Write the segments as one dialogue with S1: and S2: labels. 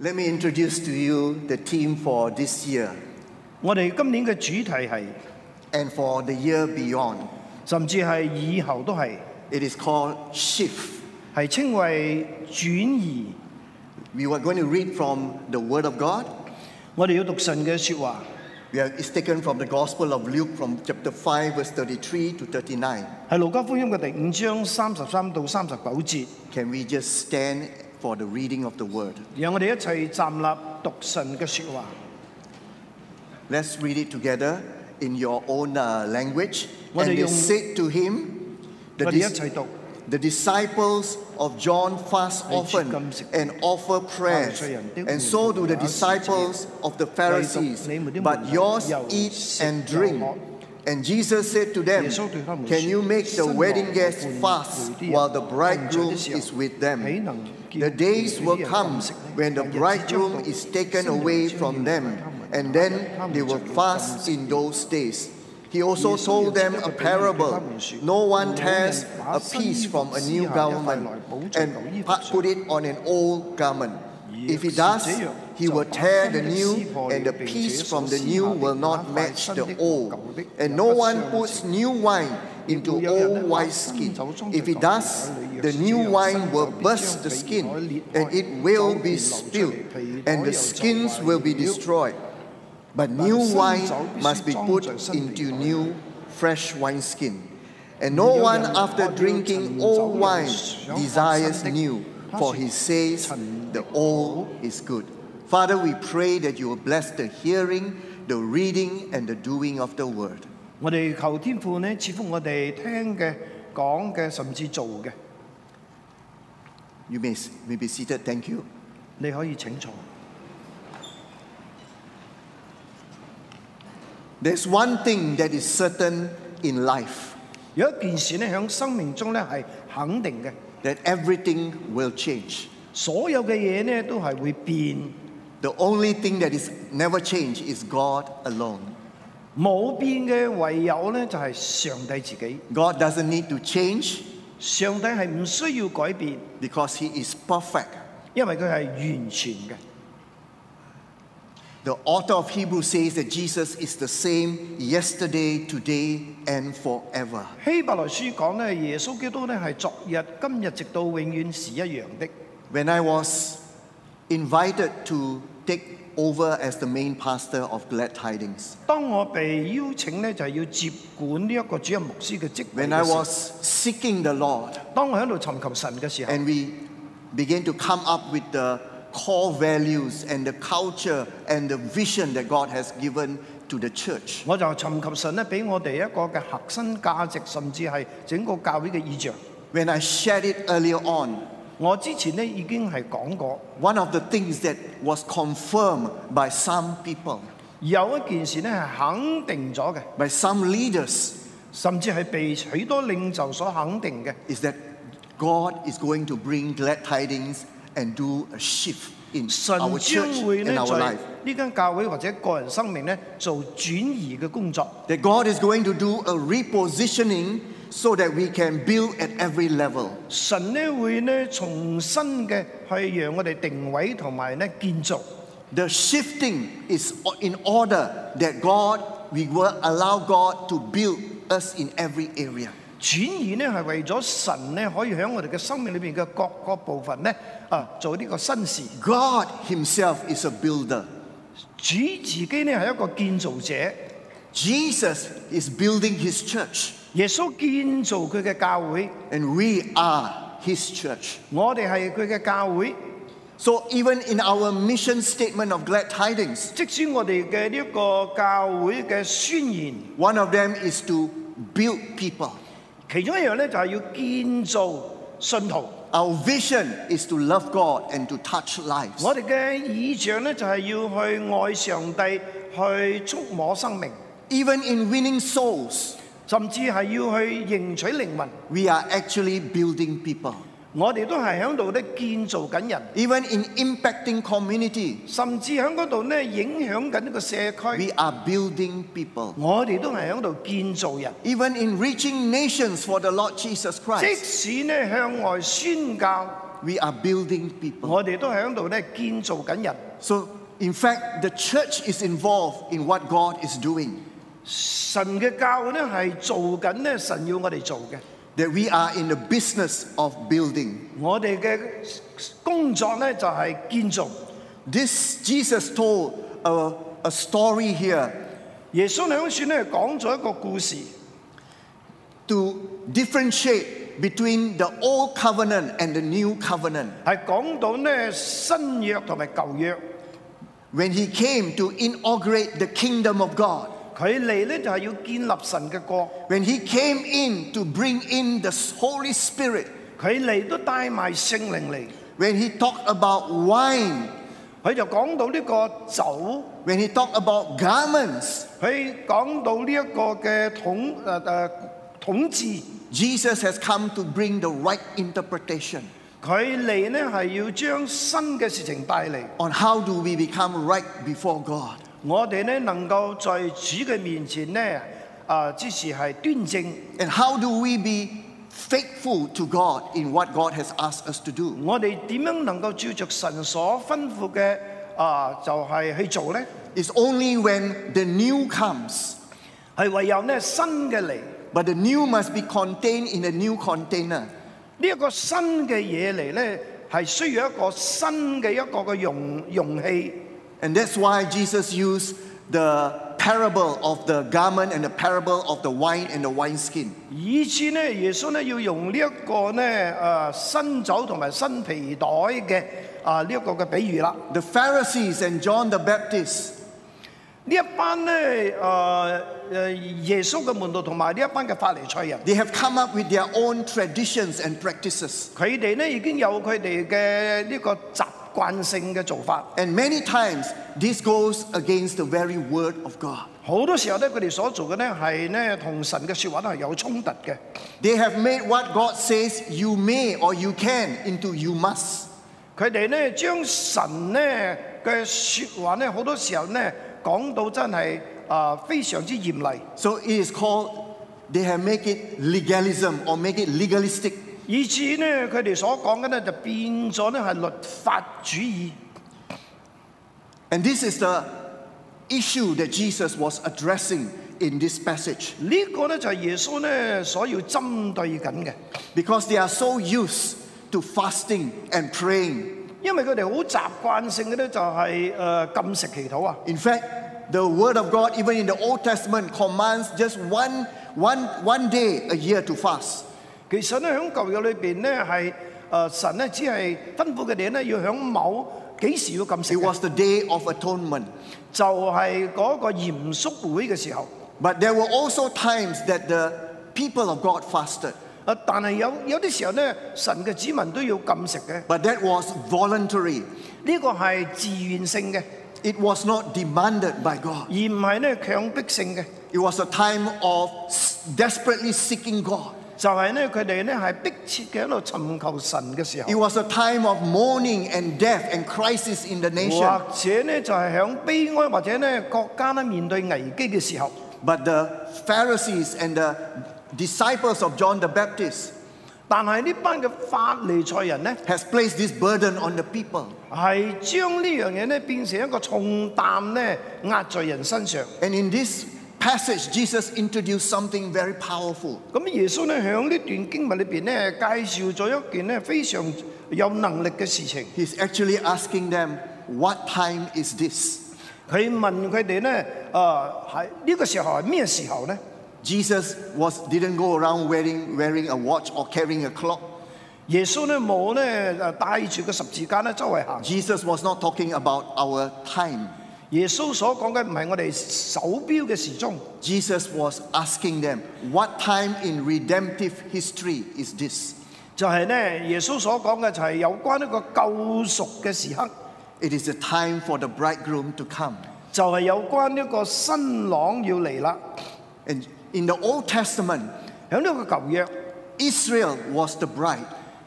S1: Let me introduce to you the team for this year
S2: 我哋今年嘅主題係，
S1: and for the year beyond.
S2: 甚至係以後都係，
S1: It is called Shift.
S2: 係稱為轉移。
S1: We were going to read from the Word of God.
S2: 我哋要讀神嘅説話，
S1: We have, it's taken from the Gospel of Luke from chapter 5, verse 33 to 39.
S2: 係路加福音嘅第五章三十三到三十九節，
S1: Can we just stand for the reading of the Word?
S2: 讓我哋一齊站立讀神嘅説話。
S1: Let's read it together in your own uh, language.
S2: What
S1: and they
S2: do you-
S1: said to him, the,
S2: 我哋一
S1: dis-
S2: 齊讀。
S1: the disciples of John fast
S2: Ai
S1: often
S2: chỉ cầm-
S1: and offer prayers,
S2: sao nhận tiếc
S1: and
S2: người
S1: so
S2: của
S1: do the
S2: Chúa, sự
S1: disciples of the Pharisees.
S2: lấy một đứa
S1: But
S2: mình
S1: yours
S2: giàu
S1: eat
S2: xịn
S1: and
S2: giàu
S1: drink.
S2: họ.
S1: And Jesus said to them,
S2: Giê-xu thì không
S1: Can you make the
S2: săn
S1: wedding
S2: bỏ
S1: guests
S2: quần
S1: fast
S2: cửi đi ạ?
S1: while the
S2: Ông
S1: bridegroom
S2: trời đất diệu.
S1: is with
S2: Hãy
S1: them?
S2: nằm kiên
S1: The days
S2: cử đi
S1: will
S2: ạ,
S1: come
S2: tâm sự đấy.
S1: when the
S2: Và nhật sẽ trong
S1: bridegroom
S2: tù.
S1: is taken
S2: Xin
S1: away
S2: Chúa
S1: from
S2: nhìn
S1: them,
S2: vào thăm
S1: and
S2: mình.
S1: then
S2: Thăm
S1: they
S2: mình
S1: will
S2: trong lòng tâm
S1: fast
S2: sự.
S1: in those days. He also
S2: Giê-xu
S1: told
S2: điều
S1: them
S2: trước
S1: a
S2: cho tụi mình,
S1: parable.
S2: cho các môn sĩ.
S1: No one
S2: Mỗi
S1: tears
S2: nhân
S1: a
S2: vả sân
S1: piece
S2: phục
S1: from a
S2: sĩ
S1: new
S2: hạ cho
S1: government
S2: phải loại bổ trợ
S1: and
S2: cậu y phục
S1: pa-
S2: sự.
S1: put it on an old garment. If he
S2: Việc sự
S1: does,
S2: chế độ,
S1: he
S2: chẳng
S1: will
S2: bản
S1: tear
S2: thân
S1: the
S2: được
S1: new,
S2: xi phòi
S1: and the
S2: vì
S1: piece
S2: Chúa
S1: from
S2: sự
S1: the
S2: xi
S1: new
S2: hạ
S1: will
S2: đích
S1: not
S2: phá hoại
S1: match
S2: sân
S1: the
S2: đích của
S1: old.
S2: cậu đích
S1: And
S2: và
S1: no
S2: bất
S1: one
S2: xương
S1: puts
S2: sự.
S1: new wine into
S2: Điều yêu
S1: old
S2: nhân
S1: wine
S2: hóa
S1: skin.
S2: sân dấu trong
S1: If
S2: đời
S1: he
S2: cậu
S1: does,
S2: đã lấy
S1: the
S2: sự
S1: new
S2: yêu
S1: wine
S2: sân
S1: will
S2: dấu bị
S1: burst
S2: trương
S1: the
S2: bị
S1: skin,
S2: nói liệt
S1: and
S2: thôi.
S1: it will
S2: Cháu
S1: be
S2: bị lậu cho
S1: spilled,
S2: để thầy
S1: and
S2: nói
S1: the
S2: dầu cháu
S1: skins
S2: hoài
S1: will be
S2: yếu.
S1: destroyed. But
S2: Bản
S1: new
S2: thân
S1: wine
S2: cháu bị
S1: must
S2: suy
S1: be
S2: trong
S1: put
S2: trời sân
S1: into
S2: bị tội.
S1: new, fresh wineskin. And no
S2: Nếu
S1: one
S2: dân
S1: after
S2: họ đưa
S1: drinking
S2: thần
S1: old
S2: dấu dầu
S1: wine
S2: dấu họ
S1: desires
S2: săn đích.
S1: new,
S2: Nó
S1: for
S2: sẽ
S1: he says
S2: thần
S1: the
S2: đích
S1: old is good. Father, we pray that you will bless the hearing, the reading, and the doing of the word.
S2: 我哋求天父呢，賜福我哋聽嘅、講嘅，甚至做嘅。
S1: You may, s- may be seated. Thank you.
S2: 你可以請坐。
S1: There's one thing that is certain in life
S2: 有一件事呢，喺生命中呢係肯定嘅，
S1: that everything will change.
S2: 所有嘅嘢呢都係會變，
S1: The only thing that is never changed is God alone.
S2: 冇變嘅唯有呢就係上帝自己。
S1: God doesn't need to change
S2: 上帝係唔需要改變，
S1: because He is perfect.
S2: 因為佢係完全嘅。
S1: The author of Hebrews says that Jesus is the same yesterday, today, and forever.
S2: 希伯來書講呢，耶穌基督呢係昨日、今日直到永遠是一樣的。
S1: When I was invited to take over as the main pastor of Glad Tidings,
S2: 當我被邀請呢，就係、要接管呢一個主任牧師嘅職位
S1: when
S2: 嘅
S1: I
S2: 時候
S1: was seeking the Lord,
S2: 當我喺度尋求神嘅時候，
S1: and we began to come up with the core values and the culture and the vision that God has given to the church.
S2: 我就尋求神咧，俾我哋一個嘅核心價值，甚至係整個教會嘅意象。
S1: When I shared it earlier on,
S2: 我之前咧已經係講過，
S1: One of the things that was confirmed by some people,
S2: 有一件事咧係肯定咗嘅，
S1: by some leaders,
S2: 甚至係被許多領袖所肯定嘅，
S1: is that God is going to bring glad tidings and do a shift in
S2: 神
S1: our church
S2: 將
S1: and
S2: 會咧
S1: our
S2: 在
S1: life.
S2: 呢間教會或者個人生命咧做轉移嘅工作，
S1: That God is going to do a repositioning so that we can build at every level.
S2: 神咧會咧重新嘅去讓我哋定位同埋咧建造。
S1: The shifting is o- in order that God, we will allow God to build us in every area.
S2: 轉移咧係為咗神咧可以喺我哋嘅生命裏邊嘅各個部分咧啊做呢個新事。
S1: God Himself is a builder.
S2: 主自己咧係一個建造者，
S1: Jesus is building His church.
S2: 耶穌建造佢嘅教會，
S1: And we are His church.
S2: 我哋係佢嘅教會。
S1: So even in our mission statement of glad tidings,
S2: 即使我哋嘅呢一個教會嘅宣言，
S1: one of them is to build people.
S2: 其中一樣咧就係要建造信徒。
S1: Our vision is to love God and to touch lives.
S2: 我哋嘅意象咧就係要去愛上帝，去觸摸生命，
S1: Even in winning souls,
S2: 甚至係要去迎取靈魂。
S1: we are actually building people.
S2: 我哋都係喺度咧建造緊人。
S1: Even in impacting community,
S2: 甚至喺嗰度咧影響緊呢個社區。
S1: we are building people.
S2: 我哋都係喺度建造人，
S1: Even in reaching nations for the Lord Jesus
S2: 即
S1: Christ,
S2: 使咧向外宣教，
S1: we are building people.
S2: 我哋都喺度咧建造緊人。
S1: So, in fact, the church is involved in what God is doing.
S2: 神嘅教會咧係做緊咧神要我哋做嘅。
S1: That we are in the business of building.
S2: 我哋嘅工作咧就係建造。
S1: This Jesus told a, a story here
S2: 耶穌喺書咧講咗一個故事，
S1: to differentiate between the old covenant and the new covenant.
S2: 係講到咧新約同埋舊約。
S1: When he came to inaugurate the kingdom of God,
S2: 佢嚟咧就係要建立神嘅國，
S1: when he came in to bring in the Holy Spirit,
S2: 佢嚟都帶埋聖靈嚟。
S1: when he talked about wine,
S2: 佢就講到呢個酒，
S1: when he talked about garments,
S2: 佢講到呢一個嘅統誒誒、呃統治，
S1: Jesus has come to bring the right interpretation
S2: 佢嚟呢係要將新嘅事情帶嚟。
S1: on how do we become right before God.
S2: 我哋呢能夠在主嘅面前呢，啊、之時係端正，
S1: And how do we be faithful to God in what God has asked us to do?
S2: 我哋點樣能夠照着神所吩咐嘅啊、就係、去做呢？
S1: It's only when the new comes,
S2: 係唯有呢新嘅嚟，呢、
S1: but the new must be contained in a new container.
S2: 一個新嘅嘢嚟呢，係需要一個新嘅一個嘅容容器。
S1: And that's why Jesus used the parable of the garment and the parable of the wine and the wineskin.
S2: 以致咧，耶穌咧要用呢一個咧誒新酒同埋新皮袋嘅啊呢一個嘅比喻啦。
S1: The Pharisees and John the Baptist,
S2: 呢一班咧誒誒耶穌嘅門徒同埋呢一班嘅法利賽人，
S1: they have come up with their own traditions and practices.
S2: 佢哋咧已經有佢哋嘅呢個習慣性嘅做法。
S1: And many times this goes against the very word of God.
S2: 好多時候咧，佢哋所做嘅咧係咧同神嘅説話咧係有衝突嘅。
S1: They have made what God says you may or you can into you must.
S2: 佢哋咧將神咧嘅説話咧好多時候咧講到真係啊、非常之嚴厲。
S1: So it is called they have make it legalism or make it legalistic.
S2: 以至呢，佢哋所講嘅呢，就變咗呢係律法主義。
S1: And this is the issue that Jesus was addressing in this passage
S2: 呢、個呢，就係耶穌呢所要針對緊嘅，
S1: because they are so used to fasting and praying.
S2: 因為佢哋好習慣性嘅呢，就係誒禁食祈禱啊。
S1: In fact, the word of God even in the Old Testament commands just one, one, one day a year to fast.
S2: 其實呢，喺舊約裏邊呢，係誒、呃神呢，只係吩咐佢哋呢，要喺某幾時要禁食
S1: It
S2: 嘅，
S1: was the Day of Atonement.
S2: 就係嗰個嚴肅會嘅時候。
S1: But there were also times that the people of God fasted,
S2: 啊！但係有有啲時候呢，神嘅子民都要禁食嘅，呢、
S1: but that was voluntary.
S2: 個係自願性嘅，
S1: It was not demanded by
S2: 而
S1: God.
S2: 唔係呢強迫性嘅。
S1: It was a time of s- desperately seeking God.
S2: 就係咧，佢哋咧係迫切嘅喺度尋求神嘅時
S1: It
S2: 候，
S1: was a time of mourning and death and crisis in the nation.
S2: 或者咧就係響悲哀或者咧國家咧面對危機嘅時候，
S1: But the Pharisees and the disciples of John the Baptist
S2: 但係呢班嘅法利賽人咧
S1: has placed this burden on the people.
S2: 係將呢樣嘢咧變成一個重擔咧壓在人身上。
S1: And in this passage, Jesus introduced something very powerful.
S2: 咁耶穌咧響呢段經文裏邊咧介紹咗一件咧非常有能力嘅事情。
S1: He's actually asking them, What time is this?
S2: 佢問佢哋咧，啊喺呢個時候係咩時候咧？
S1: Jesus was, didn't go around wearing, wearing a watch or carrying a clock.
S2: 耶穌咧冇咧誒帶啊住個十字架咧周圍行。
S1: Jesus was not talking about our time.
S2: 耶穌所講嘅唔係我哋手錶嘅時鐘，
S1: Jesus was asking them, What time in redemptive history is this?
S2: 就係、呢耶穌所講嘅就係有關一個救贖嘅時刻，
S1: It is the time for the bridegroom to come.
S2: 就係、有關一個新郎要嚟啦。
S1: And in the Old Testament,
S2: 喺呢個舊約，
S1: Israel was the bride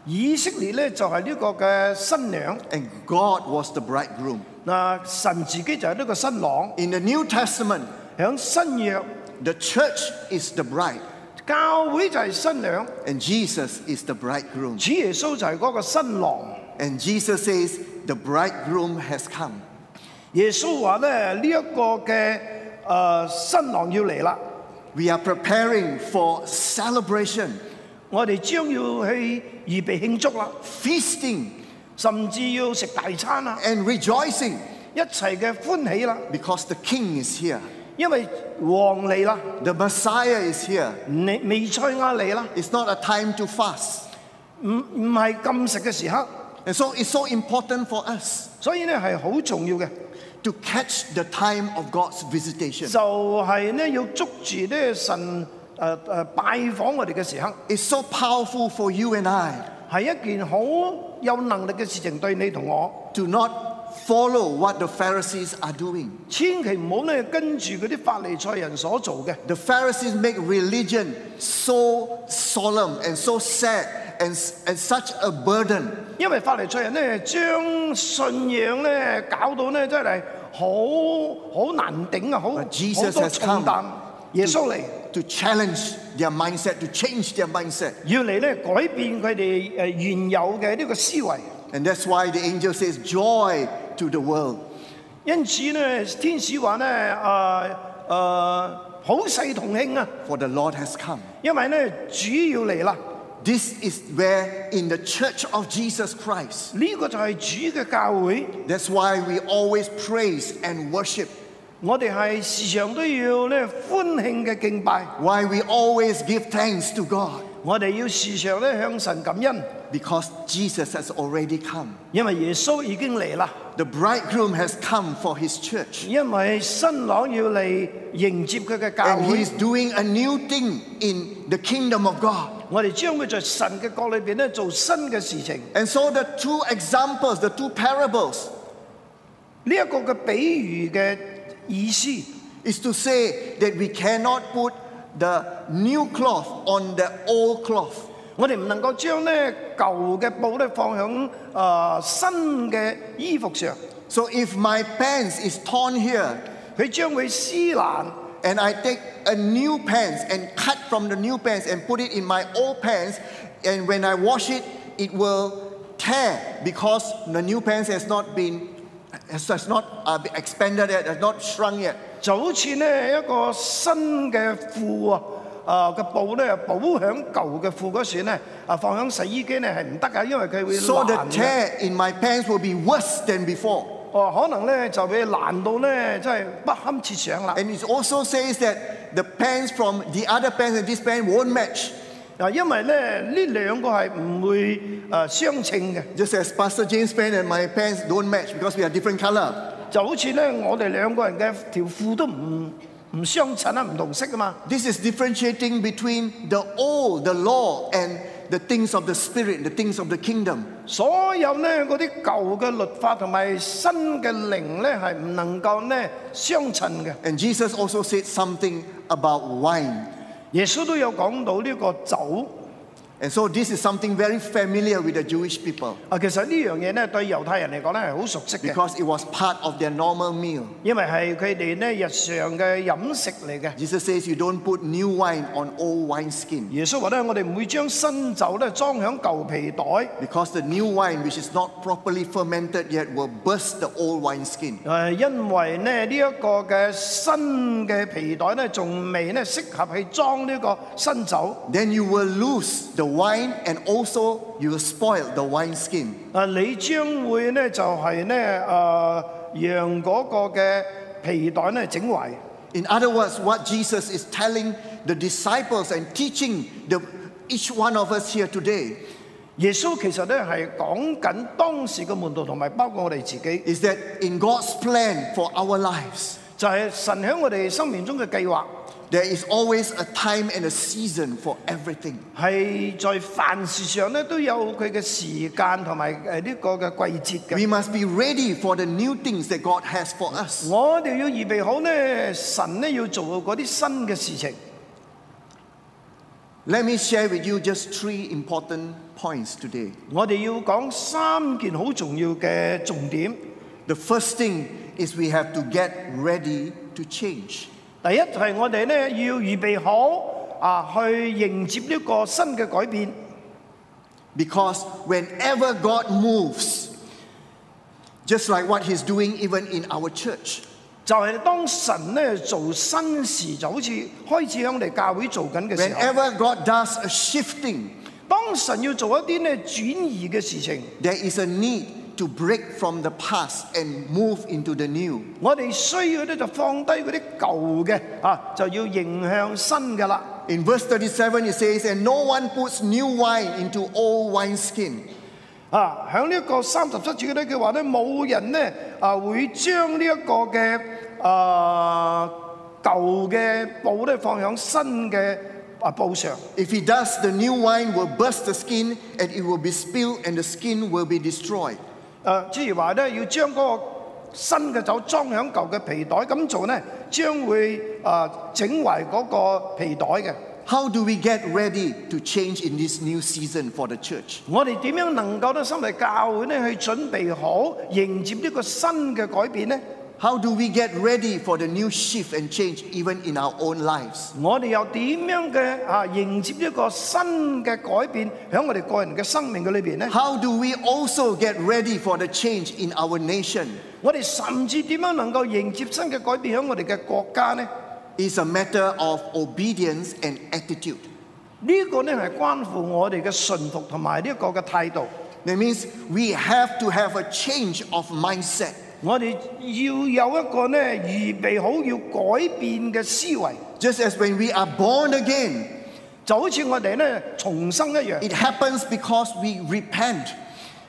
S2: 以色列呢就係、呢個嘅新娘，
S1: and God was the bridegroom.
S2: 嗱神自己就係呢個新郎。
S1: In the New Testament,
S2: 喺新約，
S1: the church is the bride.
S2: 基教會就係新娘，
S1: And Jesus is the bridegroom.
S2: 主耶穌就係嗰個新郎。
S1: And Jesus says, The bridegroom has come.
S2: 耶穌話咧呢一個嘅誒新郎要嚟啦，
S1: We are preparing for celebration,
S2: 我哋將要去預備慶祝啦，
S1: feasting,
S2: 甚至要食大餐啦，
S1: and rejoicing
S2: 一齊嘅歡喜啦，
S1: because the king is here.
S2: 因為王嚟啦，
S1: The Messiah is here.
S2: 彌彌賽亞嚟啦，
S1: It's not a time to fast.
S2: 唔唔係禁食嘅時刻，
S1: And so it's so important for us
S2: 所以咧係好重要嘅，
S1: to catch the time of God's visitation.
S2: 就係咧要捉住咧神誒誒拜訪我哋嘅時刻，
S1: It's so powerful for you and I
S2: 係一件好有能力嘅事情對你同我。
S1: to not follow what the Pharisees are doing.
S2: 千祈唔好咧跟住嗰啲法利賽人所做嘅。
S1: The Pharisees make religion so solemn and so sad and, and such a burden.
S2: 因為法利賽人咧將信仰咧搞到咧真係好好難頂啊，好好
S1: But Jesus
S2: 多
S1: has
S2: 重
S1: come
S2: 擔。耶穌嚟
S1: to challenge their mindset, to change their mindset.
S2: 要嚟咧改變佢哋誒原有嘅呢個思維，
S1: And that's why the angel says, Joy to the world.
S2: 因此咧天使話咧誒誒好世同慶啊，
S1: for the Lord has come.
S2: 因為咧主要嚟啦，
S1: This is where in the church of Jesus Christ.
S2: 呢、個就係主嘅教會，
S1: That's why we always praise and worship.
S2: 我哋係時常都要咧歡慶嘅敬拜。
S1: Why we always give thanks to God
S2: 我哋要時常咧向神感恩，
S1: because Jesus has already come.
S2: 因為耶穌已經嚟啦，
S1: The bridegroom has come for his church
S2: 因為新郎要嚟迎接佢嘅教
S1: and
S2: 會
S1: he's。doing a new thing in the kingdom of God.
S2: 我哋將會在神嘅國裏邊咧做新嘅事情。呢、
S1: And so the two examples, the two parables
S2: 一個嘅比喻嘅意思，
S1: is to say that we cannot put the new cloth on the old cloth.
S2: 我哋唔能夠將咧舊嘅布咧放響啊新嘅衣服上，
S1: So if my pants is torn here
S2: 佢將會撕爛。
S1: and I take a new pants and cut from the new pants and put it in my old pants and when I wash it it will tear because the new pants has not been has, has not uh, been expanded yet has not shrunk yet
S2: 就好似咧一個新嘅褲啊，啊嘅布咧補響舊嘅褲嗰時咧，啊放響洗衣機咧係唔得㗎，因為佢會
S1: so the
S2: 爛嘅。
S1: tear in my pants will be worse than before
S2: 哦，可能咧就會爛到咧真係不堪設想啦。
S1: and it also says that the pants from the other pants and this pants won't match
S2: 啊，因為咧呢兩個係唔會誒相稱嘅，
S1: just as pastor james pants and my pants don't match because we are different color
S2: 就好似咧我哋兩個人嘅條褲都唔唔相襯啊，唔同色啊嘛。
S1: This is differentiating between the old, the law, and the things of the spirit, the things of the kingdom.
S2: 所有咧嗰啲舊嘅律法同埋新嘅靈咧係唔能夠咧相襯嘅。
S1: And Jesus also said something about wine.
S2: 耶穌都有講到呢個酒
S1: And so this is something very familiar with the Jewish people
S2: 啊，其實呢樣嘢咧對猶太人嚟講咧係好熟悉嘅，
S1: because it was part of their normal meal.
S2: 因為係佢哋咧日常嘅飲食嚟嘅。
S1: Jesus says you don't put new wine on old wineskin
S2: 耶穌話咧，我哋唔會將新酒咧裝響舊皮袋，誒、
S1: because the new wine, which is not properly fermented yet, will burst the old wineskin.
S2: 因為咧呢一、個嘅新嘅皮袋咧仲未咧適合去裝呢個新酒，
S1: Then you will lose the wine and also you will spoil the wineskin.
S2: 誒、你將會咧就係咧誒讓嗰個嘅皮袋咧整壞。
S1: In other words, what Jesus is telling the disciples and teaching the, each one of us here today
S2: 耶穌其實咧係講緊當時嘅門徒同埋包括我哋自己。
S1: is that in God's plan for our lives,
S2: 就係神喺我哋生命中嘅計劃，
S1: there is always a time and a season for everything.
S2: 係在凡事上咧都有佢嘅時間同埋誒呢個嘅季節
S1: We
S2: 嘅。
S1: must be ready for the new things that God has for us.
S2: 我哋要預備好咧，神咧要做嗰啲新嘅事情。
S1: Let me share with you just three important points today.
S2: 我哋要講三件好重要嘅重點。
S1: The first thing is we have to get ready to change.
S2: 第一就係我哋咧要預備好 à, đi迎tiếp cái cái新嘅改變。
S1: Because whenever God moves, just like what He's doing even in our church,
S2: 就係當神咧做新事，就好似開始響嚟教會做緊嘅時候，
S1: whenever God does a shifting,
S2: 當神要做一啲咧轉移嘅事情，
S1: there is a need to break from the past and move into the new.
S2: 我哋需要咧就放低嗰啲舊嘅啊，就要迎向新嘅啦。
S1: In verse 37, it says, And no one puts new wine into old wineskin.
S2: 啊，喺呢一個三十七節咧，佢話咧冇人咧啊會將呢一個嘅啊舊嘅布咧放喺新嘅啊布上。
S1: If he does, the new wine will burst the skin and it will be spilled and the skin will be destroyed.
S2: 誒，之如話咧，要將嗰個新嘅酒裝喺舊嘅皮袋，咁做咧，將會誒整壞嗰個皮袋嘅。
S1: How do we get ready to change in this new season for the church?
S2: 我哋點樣能夠咧，身為教會咧，去準備好迎接呢個新嘅改變咧？
S1: How do we get ready for the new shift and change even in our own lives?
S2: 我哋又點樣嘅啊迎接一個新嘅改變喺我哋個人嘅生命嘅裏邊咧？
S1: How do we also get ready for the change in our nation?
S2: 我哋甚至點樣能夠迎接新嘅改變喺我哋嘅國家咧？
S1: It's a matter of obedience and attitude.
S2: 呢、個咧係關乎我哋嘅信服同埋呢一個嘅態度。
S1: That means we have to have a change of mindset.
S2: 我哋要有一個咧預備好要改變嘅思維，
S1: Just as when we are born again,
S2: 就好似我哋咧重生一樣。
S1: it happens because we repent.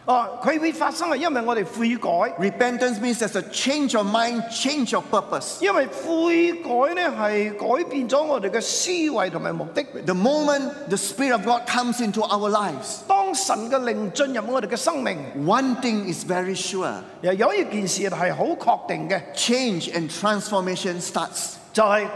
S2: 哦，佢會發生係因為我哋悔改，
S1: Repentance means there's a change of mind, change of purpose.
S2: 因為悔改咧係改變咗我哋嘅思維同埋目的。
S1: The moment the Spirit of God comes into our lives,
S2: 當神嘅靈進入我哋嘅生命，
S1: one thing is very sure
S2: 又有一件事係好確定嘅，
S1: change and transformation starts.
S2: 就係、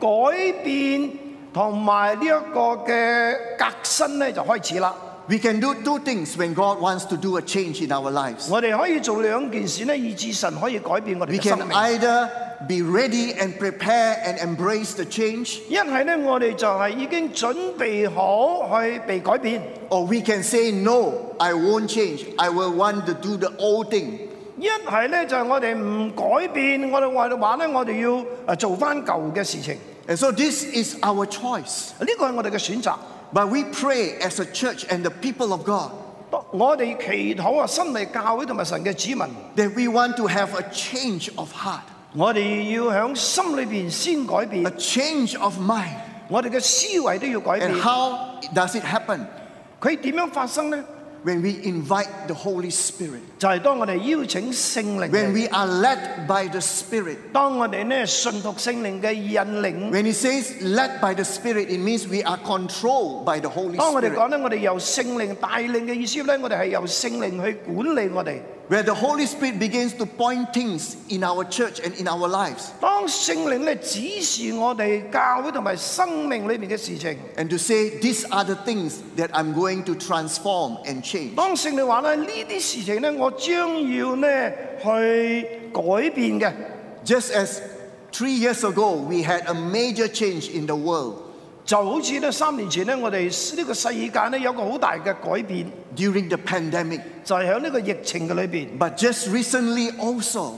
S2: 改變同埋呢一個嘅革新咧就開始啦。
S1: We can do two things when God wants to do a change in our lives.
S2: 我哋可以做兩件事咧，以致神可以改變我哋
S1: We
S2: 嘅生
S1: can
S2: 命。
S1: either be ready and prepare and embrace the change,
S2: 一係咧，我哋就係已經準備好去被改變；
S1: or we can say, No, I won't change. I will want to do the old thing.
S2: 一係咧就係我哋唔改變，我哋話話咧，我哋要誒做翻舊嘅事情。呢
S1: And so this is our choice.
S2: 個係我哋嘅選擇。
S1: But we pray as a church and the people of God
S2: 當我哋祈禱啊，身為教會同埋神嘅子民，
S1: that we want to have a change of heart,
S2: 我哋要喺心裏邊先改
S1: a
S2: 變，
S1: change of mind.
S2: 我哋嘅思維都要改
S1: And
S2: 變。
S1: how does it happen?
S2: 佢點樣發生呢？
S1: When we invite the Holy Spirit,
S2: 就係、當我哋邀請聖靈
S1: when
S2: 嚟，
S1: we are led by the Spirit.
S2: 當我哋咧信服聖靈嘅引領。
S1: When it says led by the Spirit, it means we are controlled by the Holy
S2: 當我哋講
S1: Spirit.
S2: 咧，我哋由聖靈帶領嘅意思咧，我哋係由聖靈去管理我哋。
S1: Where the Holy Spirit begins to point things in our church and in our lives
S2: 當聖靈咧指示我哋教會同埋生命裏面嘅事情，
S1: and to say, These are the things that I'm going to transform and change.
S2: 當聖靈話咧呢啲事情咧，我將要咧去改變嘅。
S1: Just as three years ago, we had a major change in the world.
S2: 就好似咧三年前咧，我哋呢個世界咧有個好大嘅改變，
S1: during the pandemic,
S2: 就係喺呢個疫情嘅裏邊。
S1: but just recently also,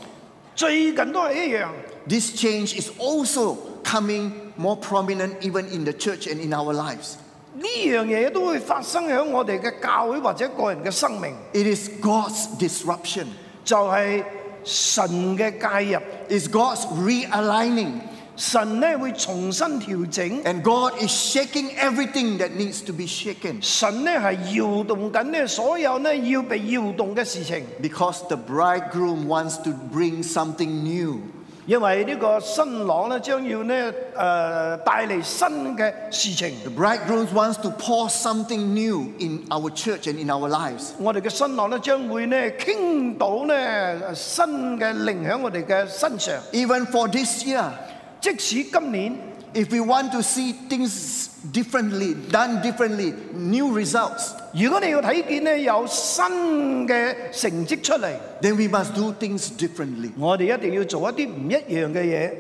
S2: 最近都係一樣，
S1: this change is also coming more prominent even in the church and in our lives.
S2: 呢樣嘢都會發生喺我哋嘅教會或者個人嘅生命，
S1: It is God's disruption,
S2: 就係、神嘅介入，
S1: it's God's realigning,
S2: 神咧會重新調整。
S1: and God is shaking everything that needs to be shaken
S2: 神咧係搖動緊咧所有咧要被搖動嘅事情，
S1: because the bridegroom wants to bring something new.
S2: 因為呢個新郎咧將要咧誒帶嚟新嘅事情。
S1: The bridegroom wants to pour something new in our church and in our lives.
S2: 我哋嘅新郎咧將會咧傾倒咧新嘅靈喺我哋嘅身上。
S1: Even for this year,
S2: 即使今年
S1: If we want to see things differently, done differently, new results,
S2: 如果你要睇見咧有新嘅成績出嚟，
S1: then we must do things differently.
S2: 我哋一定要做一啲唔一樣嘅嘢。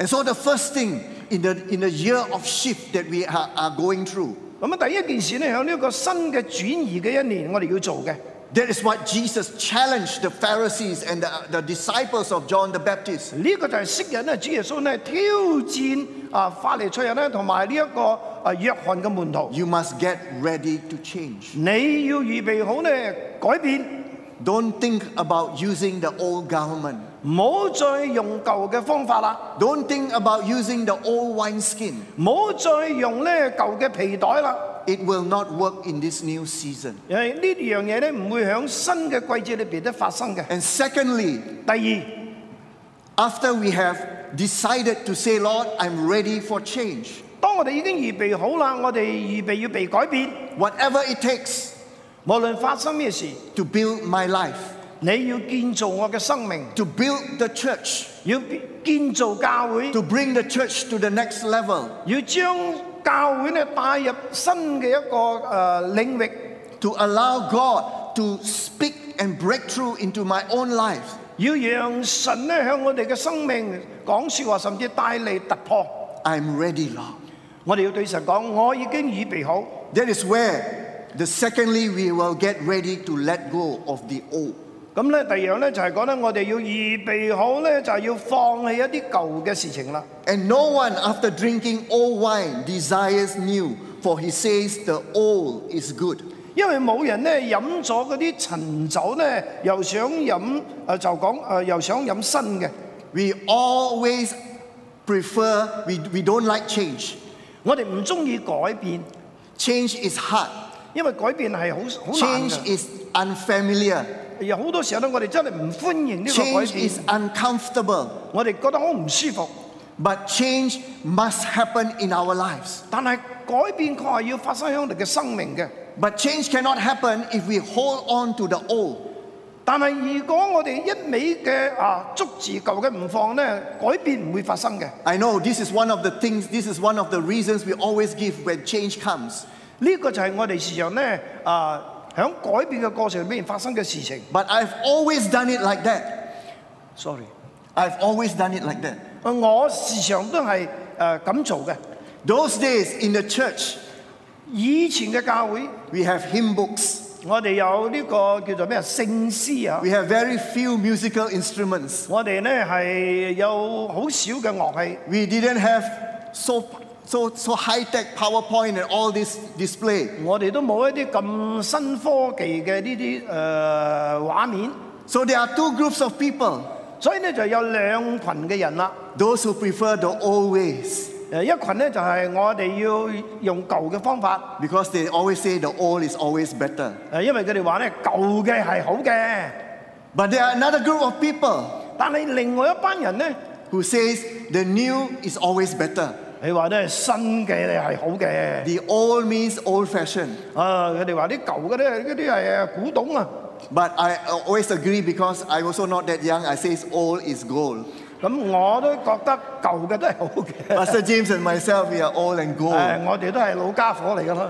S1: And so the first thing in the, in the year of shift that we are, are going through.
S2: 咁啊，第一件事咧，喺呢一個新嘅轉移嘅一年，我哋要做嘅，
S1: That is what Jesus challenged the Pharisees and the, the disciples of John the Baptist.
S2: 呢、個就係昔日咧，主耶穌咧挑戰啊法利賽人咧，同埋呢一個啊約翰嘅門徒，
S1: You must get ready to change.
S2: 你要預備好咧改變，
S1: Don't think about using the old government.
S2: 唔好再用舊嘅方法啦，
S1: Don't think about using the old wineskin.
S2: 唔好再用咧舊嘅皮袋啦，
S1: It will not work in this new season.
S2: 因為呢樣嘢咧唔會喺新嘅季節裏邊咧發生嘅。
S1: And secondly,
S2: 第二，
S1: after we have decided to say, Lord, I'm ready for change,
S2: 當我哋已經預備好啦，我哋預備要被改變，
S1: whatever it takes
S2: 無論發生咩事，
S1: to build my life,
S2: 你要建造我嘅生命。
S1: to build the church,
S2: 要建造教會，
S1: to bring the church to the next level,
S2: 要將教會咧帶入新嘅一個誒、呃、領域，
S1: to allow God to speak and break through into my own life.
S2: 要讓神咧向我哋嘅生命講説話，甚至帶嚟突破。
S1: I'm ready, Lord.
S2: 我哋要對神講：我已經預備好。
S1: That is where the secondly we will get ready to let go of the old.
S2: 咁咧，第二樣咧就係講咧，我哋要預備好咧，就係、要放棄一啲舊嘅事情啦。
S1: And no one after drinking old wine desires new, for he says the old is good.
S2: 因為冇人咧飲咗嗰啲陳酒咧，又想飲誒、呃就講誒、呃又想飲新嘅。
S1: We always prefer, we, we don't like change.
S2: 我哋唔中意改變，
S1: Change is hard,
S2: 因為改變係好好難
S1: change
S2: 嘅。
S1: is unfamiliar,
S2: 有好多時候咧，我哋真係唔歡迎呢個改
S1: change
S2: 變
S1: is，uncomfortable.
S2: 我哋覺得好唔舒服。
S1: But change must happen in our lives.
S2: 但係改變確係要發生喺我哋嘅生命嘅。
S1: But change cannot happen if we hold on to the old.
S2: 但係如果我哋一味嘅啊捉住舊嘅唔放咧，改變唔會發生嘅。
S1: I know this is one of the things, this is one of the reasons we always give when change comes.
S2: 呢、個就係我哋時常咧啊喺改變嘅過程裏面發生嘅事情。
S1: But I've always done it like that.
S2: Sorry，
S1: I've always done it like that.
S2: 我時常都係誒咁做嘅。
S1: Those days in the church,
S2: 以前嘅教會，
S1: we have hymn books.
S2: 我哋有呢個叫做咩啊聖詩啊，
S1: We have very few musical instruments.
S2: 我哋咧係有好少嘅樂器。
S1: We didn't have so, so, so high tech PowerPoint and all this display.
S2: 我哋都冇一啲咁新科技嘅呢啲誒畫面，
S1: So there are two groups of people
S2: 所以咧就有兩群嘅人啦。
S1: those who prefer the old ways
S2: 誒一群咧就係、我哋要用舊嘅方法，
S1: because they always say the old is always better.
S2: 誒因為佢哋話咧舊嘅係好嘅，
S1: But there are another group of people
S2: 但係另外一班人咧
S1: who says the new is always better.
S2: 佢話咧新嘅咧係好嘅，
S1: The old means old fashioned.
S2: 啊佢哋話啲舊嘅咧嗰啲係古董啊，
S1: But I always agree because I also not that young. I say old is gold.
S2: 咁我都覺得舊嘅都係好嘅，
S1: Pastor James and myself, we are old and gold.
S2: 誒我哋都係老家伙嚟㗎啦。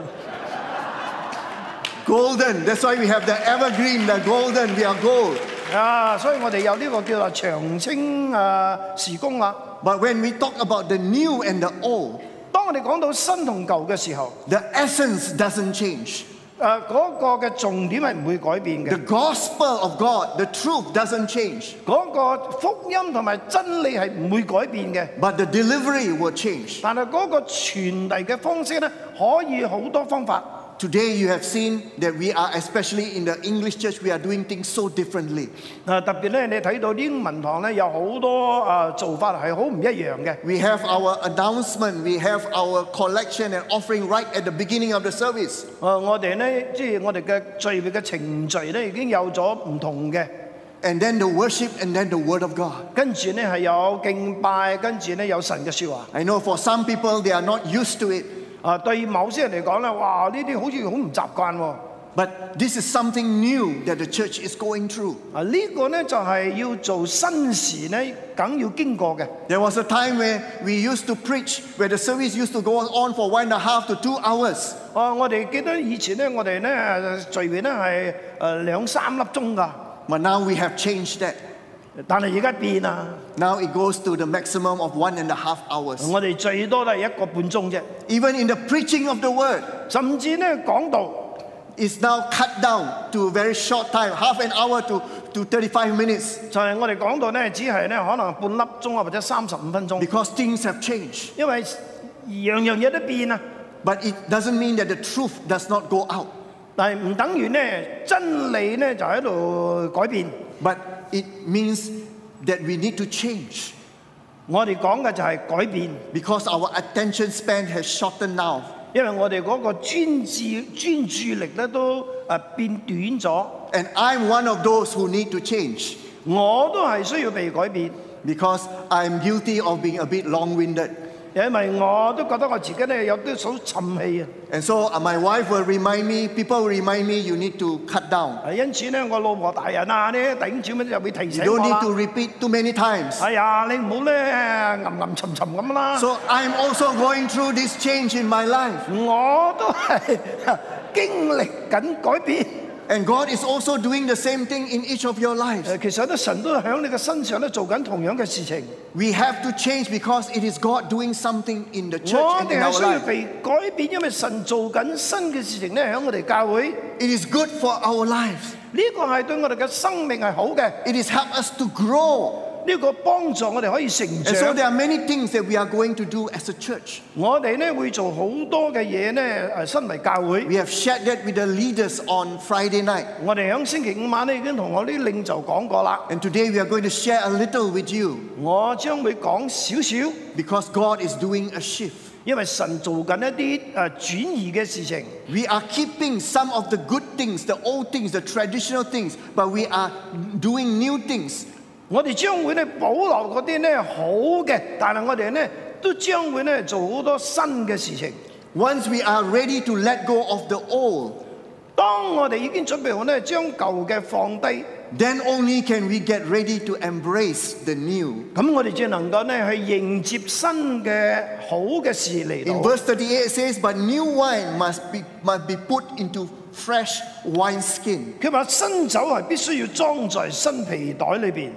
S1: golden. That's why we have the evergreen, the golden. We are gold.
S2: 啊，所以我哋有呢個叫做長青啊時工啦。
S1: But when we talk about the new and the old,
S2: 當我哋講到新同舊嘅時候，誒、
S1: the essence doesn't change.
S2: 嗰、個嘅重點係唔會改變
S1: The
S2: 嘅，
S1: gospel of God, the truth doesn't change.
S2: 嗰、個福音同埋真理係唔會改變嘅，
S1: But the delivery will change.
S2: 但係嗰個傳遞嘅方式咧，可以好多方法。
S1: Today you have seen that we are, especially in the English church, we are doing things so differently.
S2: 啊，特別咧，你睇到英文堂咧有好多啊做法係好唔一樣嘅。
S1: We have our announcement, we have our collection and offering right at the beginning of the service.
S2: 啊，我哋咧即係我哋嘅聚會嘅程序咧已經有咗唔同嘅，
S1: And then the worship and then the word of God.
S2: 跟住咧係有敬拜，跟住咧有神嘅説話。
S1: I know for some people they are not used to it,
S2: 啊，對某些人嚟講咧，哇！呢啲好似好唔習慣喎。
S1: but this is something new that the church is going through.
S2: 啊！呢個呢，就係要做新事呢，梗要經過嘅。
S1: There was a time where we used to preach, where the service used to go on for one and a half to two hours.
S2: 啊！我哋記得以前呢，我哋呢聚會呢係誒兩三粒鐘㗎。
S1: But now we have changed that.
S2: 但係而家變啦，
S1: Now it goes to the maximum of one and a half hours.
S2: 我哋最多都係一個半鐘啫，
S1: Even in the preaching of the word,
S2: 甚至呢講道
S1: it's now cut down to a very short time, half an hour to, to 35 minutes,
S2: 就係、我哋講到呢，只係呢可能半粒鐘啊，或者三十五分鐘，
S1: because things have changed.
S2: 因為樣樣嘢都變啊。
S1: But it doesn't mean that the truth does not go out.
S2: 但係唔等於呢真理呢就喺度改變。
S1: But it means that we need to change
S2: 我哋講嘅就係改變，
S1: because our attention span has shortened now
S2: 因為我哋嗰個專注專注力咧都誒變短咗。
S1: and I'm one of those who need to change
S2: 我都係需要被改變，
S1: because I'm guilty of being a bit long-winded
S2: 因為我都覺得我自己咧有啲數沉氣啊。
S1: and so uh, my wife will remind me people will remind me you need to cut down
S2: 啊因此咧，我老婆大人啊，呢頂住咧就會提
S1: you
S2: 醒
S1: don't
S2: 我
S1: need
S2: 啦
S1: to。repeat too many times
S2: 哎呀，你唔好咧吟吟沉沉咁啦。
S1: so I'm also going through this change in my life
S2: 我都係經歷緊改變。
S1: and God is also doing the same thing in each of your
S2: 誒
S1: lives
S2: 其實咧，神都喺你嘅身上咧做緊同樣嘅事情。
S1: we have to change because it is God doing something in the church
S2: 我
S1: and in
S2: 哋係
S1: our
S2: 需要
S1: life
S2: 被改變，因為神做緊新嘅事情咧，喺我哋教會呢
S1: It is good for our lives.
S2: 個係對我哋嘅生命係好嘅，呢、
S1: It is help us to grow.
S2: 個幫助我哋可以成
S1: And so
S2: 長。
S1: there are many things that we are going to do as a church.
S2: 我哋咧會做好多嘅嘢咧，誒，身為教會，
S1: We have shared that with the leaders on Friday night.
S2: 我哋喺星期五晚咧已經同我啲領袖講過啦。
S1: And today we are going to share a little with you
S2: 我將會講少少，
S1: because God is doing a shift.
S2: 因為神做緊一啲誒轉移嘅事情。
S1: We are keeping some of the good things, the old things, the traditional things, but we are doing new things.
S2: 我哋將會咧保留嗰啲咧好嘅，但係我哋咧都將會咧做好多新嘅事情。
S1: Once we are ready to let go of the old,
S2: 當我哋已經準備好咧，將舊嘅放低，
S1: then only can we get ready to embrace the new.
S2: 咁我哋就能夠咧去迎接新嘅好嘅事嚟
S1: In
S2: 到。
S1: verse 38 it says, But new wine must be, must be put into fresh wineskin.
S2: 佢話新酒係必須要裝在新皮袋裏邊。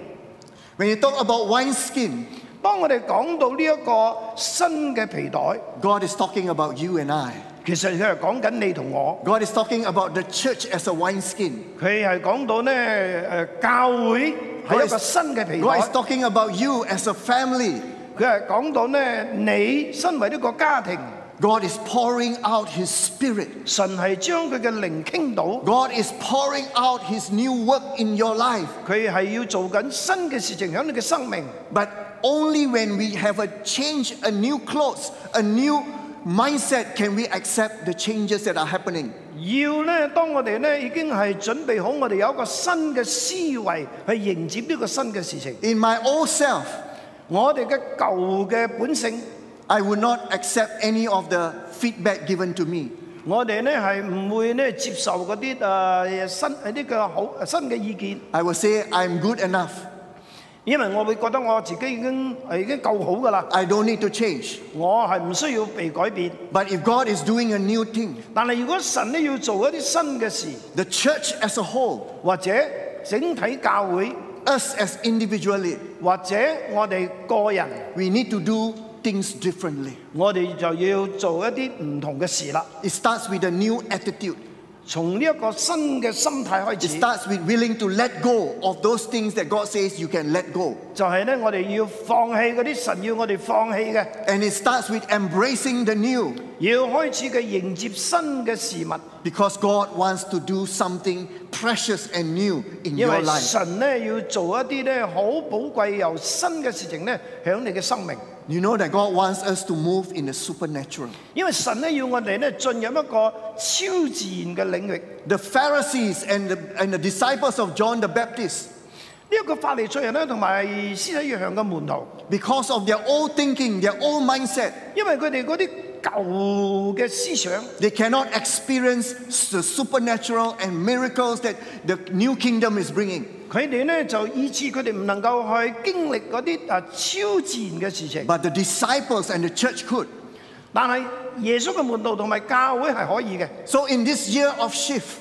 S1: When you talk about wineskin,
S2: 當我哋講到呢一個新嘅皮袋，
S1: God is talking about you and I.
S2: 其實佢係講緊你同我，
S1: God is talking about the church as a wineskin.
S2: 佢係講到咧誒、呃教會係一個
S1: God is-
S2: 新嘅皮
S1: God is
S2: 袋，
S1: talking about you as a family.
S2: 佢係講到咧你身為一個家庭，
S1: God is pouring out His Spirit.
S2: 神係將佢嘅靈傾倒，
S1: God is pouring out His new work in your life.
S2: 佢係要做緊新嘅事情喺你嘅生命。
S1: But only when we have a change, a new clothes, a new mindset can we accept the changes that are happening.
S2: 要咧，當我哋咧已經係準備好，我哋有一個新嘅思維去迎接呢個新嘅事情。
S1: In my old self,
S2: 我哋嘅舊嘅本性，
S1: I would not accept any of the feedback given to me.
S2: 我哋咧係唔會咧接受嗰啲誒新誒呢個好新嘅意見，
S1: I will say, I'm good enough.
S2: 因為我會覺得我自己已經已經夠好噶啦，
S1: I don't need to change.
S2: 我係唔需要被改變。
S1: But if God is doing a new thing,
S2: 但係如果神咧要做一啲新嘅事，
S1: the church as a whole,
S2: 或者整體教會，
S1: us as individually,
S2: 或者我哋個人，
S1: we need to do things differently.
S2: 我哋就要做一啲唔同嘅事啦。
S1: It starts with a new attitude.
S2: 從呢一個新嘅心態開
S1: It
S2: 始，
S1: starts with willing to let go of those things that God says you can let go.
S2: 就係咧我哋要放棄嗰啲神要我哋放棄嘅，
S1: And it starts with embracing the new
S2: 要開始嘅迎接新嘅事物，
S1: because God wants to do something precious and new in
S2: 因
S1: your
S2: 為
S1: life.
S2: 神咧要做一啲咧好寶貴又新嘅事情咧，響你嘅生命。
S1: You know that God wants us to move in the supernatural.
S2: 因為神咧要我哋咧進入一個超自然嘅領域。
S1: The Pharisees and the, and the disciples of John the Baptist,
S2: 呢、一個法利賽人咧，同埋施洗約翰嘅門徒，
S1: because of their old thinking, their old mindset,
S2: 因為佢哋嗰啲舊嘅思想，
S1: they cannot experience the supernatural and miracles that the new kingdom is bringing.
S2: 佢哋咧就以致佢哋唔能夠去經歷嗰啲啊超自然嘅事情。
S1: But the disciples and the church could.
S2: 但係耶穌嘅門徒同埋教會係可以嘅。
S1: So in this year of shift,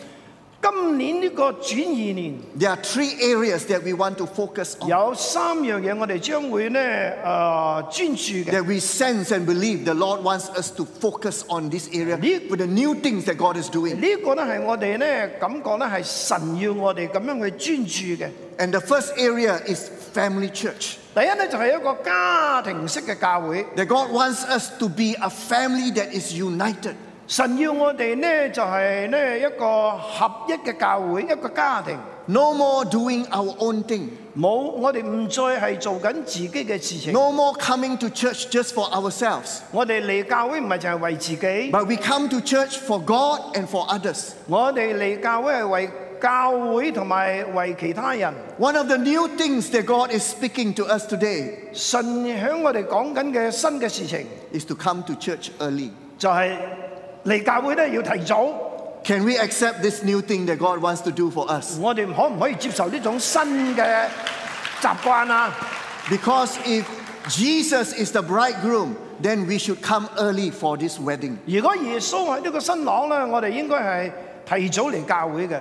S2: 今今年呢個轉移年，
S1: There are three areas that we want to focus on
S2: 有三樣嘢我哋將會呢誒、呃、專注嘅。
S1: that we sense and believe the Lord wants us to focus on this area
S2: Ni-
S1: with the new things that God is doing.
S2: 呢個呢係我哋呢感覺呢係神要我哋咁樣去專注嘅。
S1: And the first area is family church.
S2: 第一呢就係、一個家庭式嘅教會，
S1: That God wants us to be a family that is united.
S2: 神要我哋呢就係、呢一個合一嘅教會，一個家庭。
S1: No more doing our own thing.
S2: 冇，我哋唔再係做緊自己嘅事情。
S1: No more coming to church just for ourselves.
S2: 我哋嚟教會唔係就係為自己，
S1: But we come to church for God and for others.
S2: 我哋嚟教會係為教會同埋為其他人。
S1: One of the new things that God is speaking to us today
S2: 神響我哋講緊嘅新嘅事情，
S1: is to come to church early.
S2: 就係、嚟教會咧要提早。
S1: Can we accept this new thing that God wants to do for us?
S2: 我哋可唔可以接受呢種新嘅習慣啊？
S1: Because if Jesus is the bridegroom, then we should come early for this wedding.
S2: 如果耶穌係呢個新郎咧，我哋應該係提早嚟教會嘅。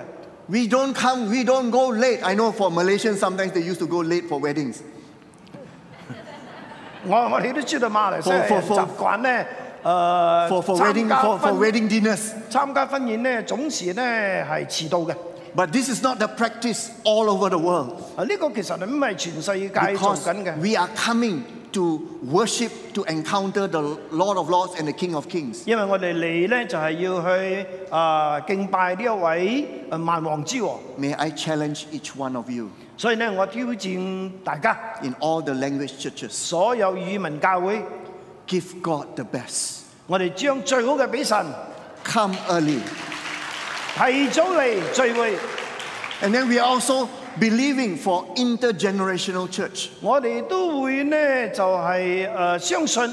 S1: We don't come, we don't go late. I know for Malaysians sometimes they used to go late for weddings.
S2: 我我哋都知道馬來西亞
S1: For- for-
S2: 人
S1: for-
S2: 習慣咧，誒、
S1: For, for,
S2: 參
S1: wedding,
S2: 加
S1: for, for
S2: 婚
S1: wedding dinners.
S2: 參呃加婚宴咧，總是咧係遲到嘅。
S1: But this is not the practice all over the world.
S2: 啊，呢個其實唔係全世界做
S1: Because
S2: 緊嘅，
S1: we are coming to worship, to encounter the Lord of Lords and the King of Kings.
S2: 因為我哋嚟咧就係要去啊敬拜呢一位啊萬王之王，
S1: May I challenge each one of you
S2: 所以咧我挑戰大家
S1: in all the language churches.
S2: 所有語文教會，
S1: Give God the best.
S2: 我哋將最好嘅俾神，
S1: Come early.
S2: 提早嚟聚會。
S1: And then we are also believing for intergenerational church.
S2: 我哋都會咧就係、呃相信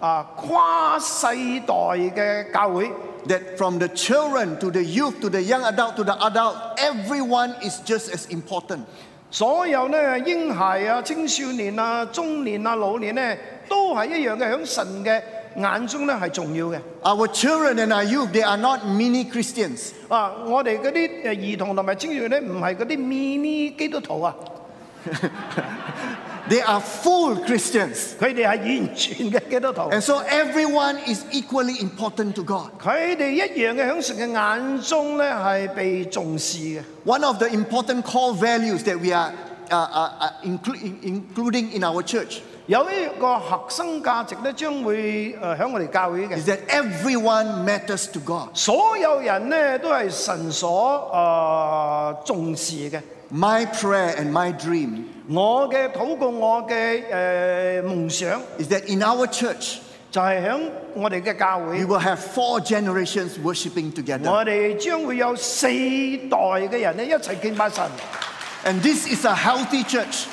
S2: 啊跨世代嘅教會。
S1: That from the children to the youth to the young adult to the adult, everyone is just as important.
S2: 所有咧嬰孩啊、青少年啊、中年啊、老年咧，都係一樣嘅，喺神嘅眼中咧係重要嘅。
S1: Our children and our youth, they are not mini Christians.
S2: 啊，我哋嗰啲誒兒童同埋青少年咧，唔係嗰啲 mini 基督徒啊，
S1: They are full Christians.
S2: 佢哋係完全嘅基督徒。
S1: And so everyone is equally important to God.
S2: 佢哋一樣嘅喺神嘅眼中咧係被重視嘅。
S1: One of the important core values that we are uh, uh, uh, inclu- in- including in our church
S2: 有一個核心價值咧，將會誒喺我哋教會嘅
S1: is，that everyone matters to God.
S2: 所有人咧都係神所誒、呃重視嘅。
S1: My prayer and my dream
S2: 我嘅禱告，我嘅誒、呃、夢想
S1: is that in our church,
S2: 就係喺我哋嘅教
S1: we
S2: 會，
S1: will have four generations worshiping together.
S2: 我哋將會有四代嘅人咧一齊敬拜神。呢
S1: And this is a healthy church.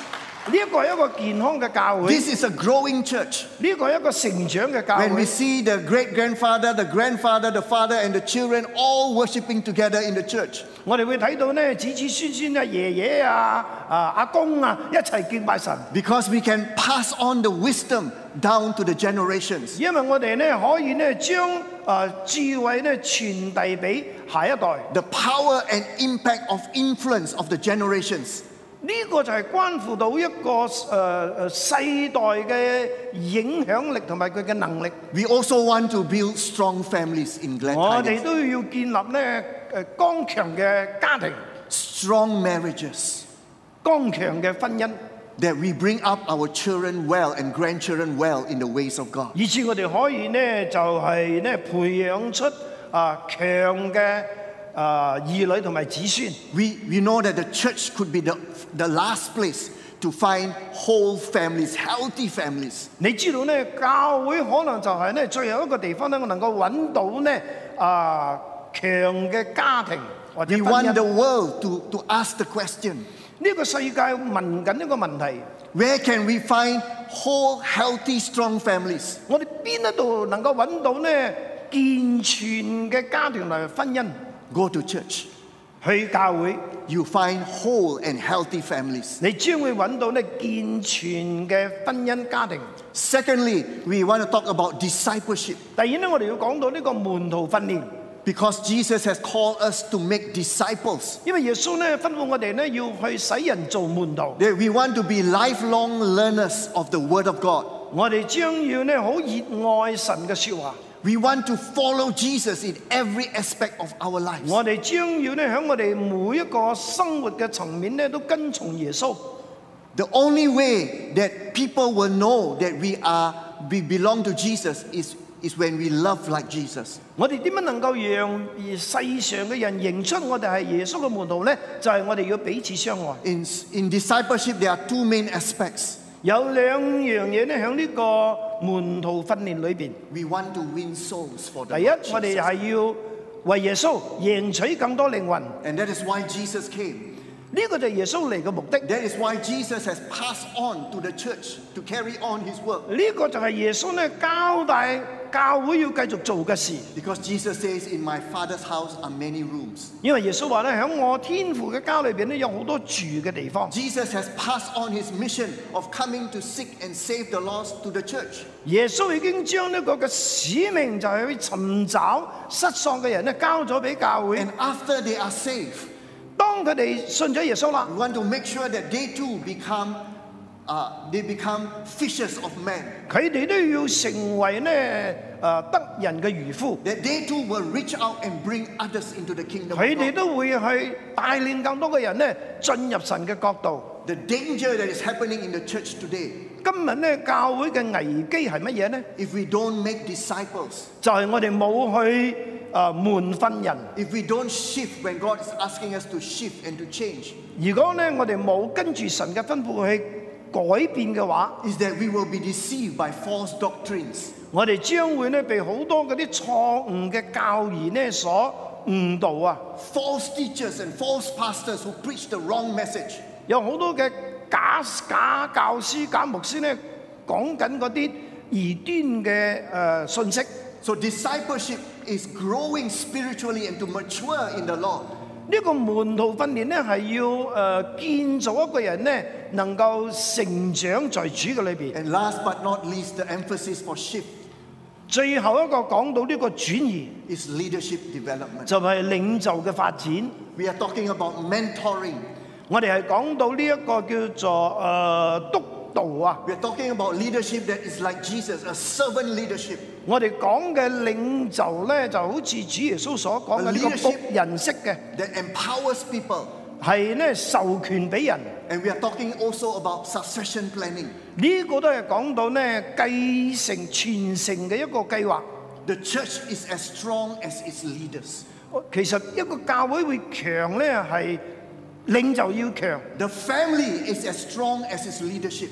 S2: 一個係一個健康嘅教會，
S1: This is a growing church.
S2: 呢個係一個成長嘅教
S1: When we
S2: 會。
S1: see the great grandfather, the grandfather, the father, and the children all worshiping together in the church,
S2: 我哋會睇到咧子子孫孫啊、爺爺啊、啊阿公啊一齊敬拜神，
S1: because we can pass on the wisdom down to the generations.
S2: 因為我哋咧可以咧將啊智慧咧傳遞俾下一代。
S1: the power and impact of influence of the generations.
S2: 呢個就係關乎到一個誒誒、呃世代嘅影響力同埋佢嘅能力。
S1: We also want to build strong families in Glen
S2: 我哋
S1: Highlands,
S2: 都要建立咧誒剛強嘅家庭、
S1: strong marriages
S2: 剛強嘅婚姻，
S1: that we bring up our children well and grandchildren well in the ways of God.
S2: 以至我哋可以咧就係、咧培養出啊強嘅啊兒女同埋子孫。
S1: We, we know that the church could be the, the last place to find whole families, healthy families.
S2: 你知道咧，教會可能就係咧最後一個地方咧，我能夠揾到咧啊強嘅家庭或者
S1: We
S2: 婚
S1: want the
S2: 姻。
S1: world to, to ask the question
S2: 呢個世界問緊呢個問題，
S1: where can we find whole, healthy, strong families?
S2: 我哋邊一度能夠揾到咧健全嘅家庭同埋婚姻？
S1: Go to church.
S2: 去教會。
S1: You find whole and healthy families.
S2: 你將會揾到咧健全嘅婚姻家庭。
S1: Secondly, we want to talk about discipleship.
S2: 第二咧，我哋要講到呢個門徒訓練。
S1: Because Jesus has called us to make disciples.
S2: 因為耶穌咧吩咐我哋咧要去使人做門徒，
S1: That we want to be lifelong learners of the Word of God.
S2: 我哋將要咧好熱愛神嘅説話，
S1: We want to follow Jesus in every aspect of our lives.
S2: 我哋將要咧喺我哋每一個生活嘅層面咧都跟從耶穌。
S1: The only way that people will know that we are we belong to Jesus is, is when we love like Jesus.
S2: 我哋點樣能夠讓而世上嘅人認出我哋係耶穌嘅門徒呢？就係、我哋要彼此相愛。
S1: In, in discipleship, there are two main aspects.
S2: 有兩樣嘢呢，喺呢個門徒訓練裏邊，
S1: We want to win souls for the
S2: 第一
S1: Lord，
S2: 我哋
S1: Jesus.
S2: 係要為耶穌贏取更多靈魂，呢、
S1: And that is why Jesus came.
S2: 個就係耶穌嚟嘅目的。呢、
S1: That is why Jesus has passed on to the church to carry on his work.
S2: 個就係耶穌呢交代教會要繼續做嘅事。
S1: Because Jesus says, In my Father's house are many rooms.
S2: 因為耶穌話呢，喺我天父嘅家裏邊呢，有好多住嘅地方。
S1: Jesus has passed on his mission of coming to seek and save the lost to the church.
S2: 耶穌已經將呢個嘅使命就係去尋找失喪嘅人咧，交咗俾教會。
S1: And after they are saved,
S2: 當佢哋信咗耶穌啦，
S1: we want to make sure that they too become, uh, they become fishers of men.
S2: 佢哋都要成為咧誒得人嘅漁夫，
S1: That they too will reach out and bring others into the kingdom.
S2: 佢
S1: Of
S2: 哋
S1: God.
S2: 都會去帶領更多嘅人咧進入神嘅國度。
S1: The danger that is happening in the church today,
S2: 今日咧教會嘅危機係乜嘢呢？
S1: if we don't make disciples,
S2: 就係、我哋冇去誒門訓人。
S1: if we don't shift when God is asking us to shift and to change,
S2: 如果咧我哋冇跟住神嘅吩咐去改變嘅話，
S1: is that we will be deceived by false doctrines.
S2: 我哋將會咧被好多嗰啲錯誤嘅教義咧所誤導啊！
S1: false teachers and false pastors who preach the wrong message.
S2: 有好多嘅假假教師、假牧師咧講緊嗰啲異端嘅誒、呃信息。呢、
S1: So discipleship is growing spiritually and to mature in the Lord.
S2: 個門徒訓練咧係要誒、呃建造一個人咧能夠成長在主嘅裏邊。
S1: And last but not least, the emphasis for shift
S2: 最後一個講到呢個轉移，
S1: is leadership development.
S2: 就係、領袖嘅發展。
S1: We are talking about mentoring.
S2: 我哋係講到呢一個叫做誒、呃督導啊，
S1: We are talking about leadership that is like Jesus, a servant leadership,
S2: 我哋講嘅領袖咧就好似主耶穌所講嘅呢個僕人式嘅，
S1: that empowers people.
S2: 係咧授權俾人。
S1: And we are talking also about succession planning.
S2: 呢個都係講到咧繼承傳承嘅一個計劃。
S1: The church is as strong as its leaders.
S2: 其實一個教會會強咧係領袖要強，
S1: The family is as strong as its leadership.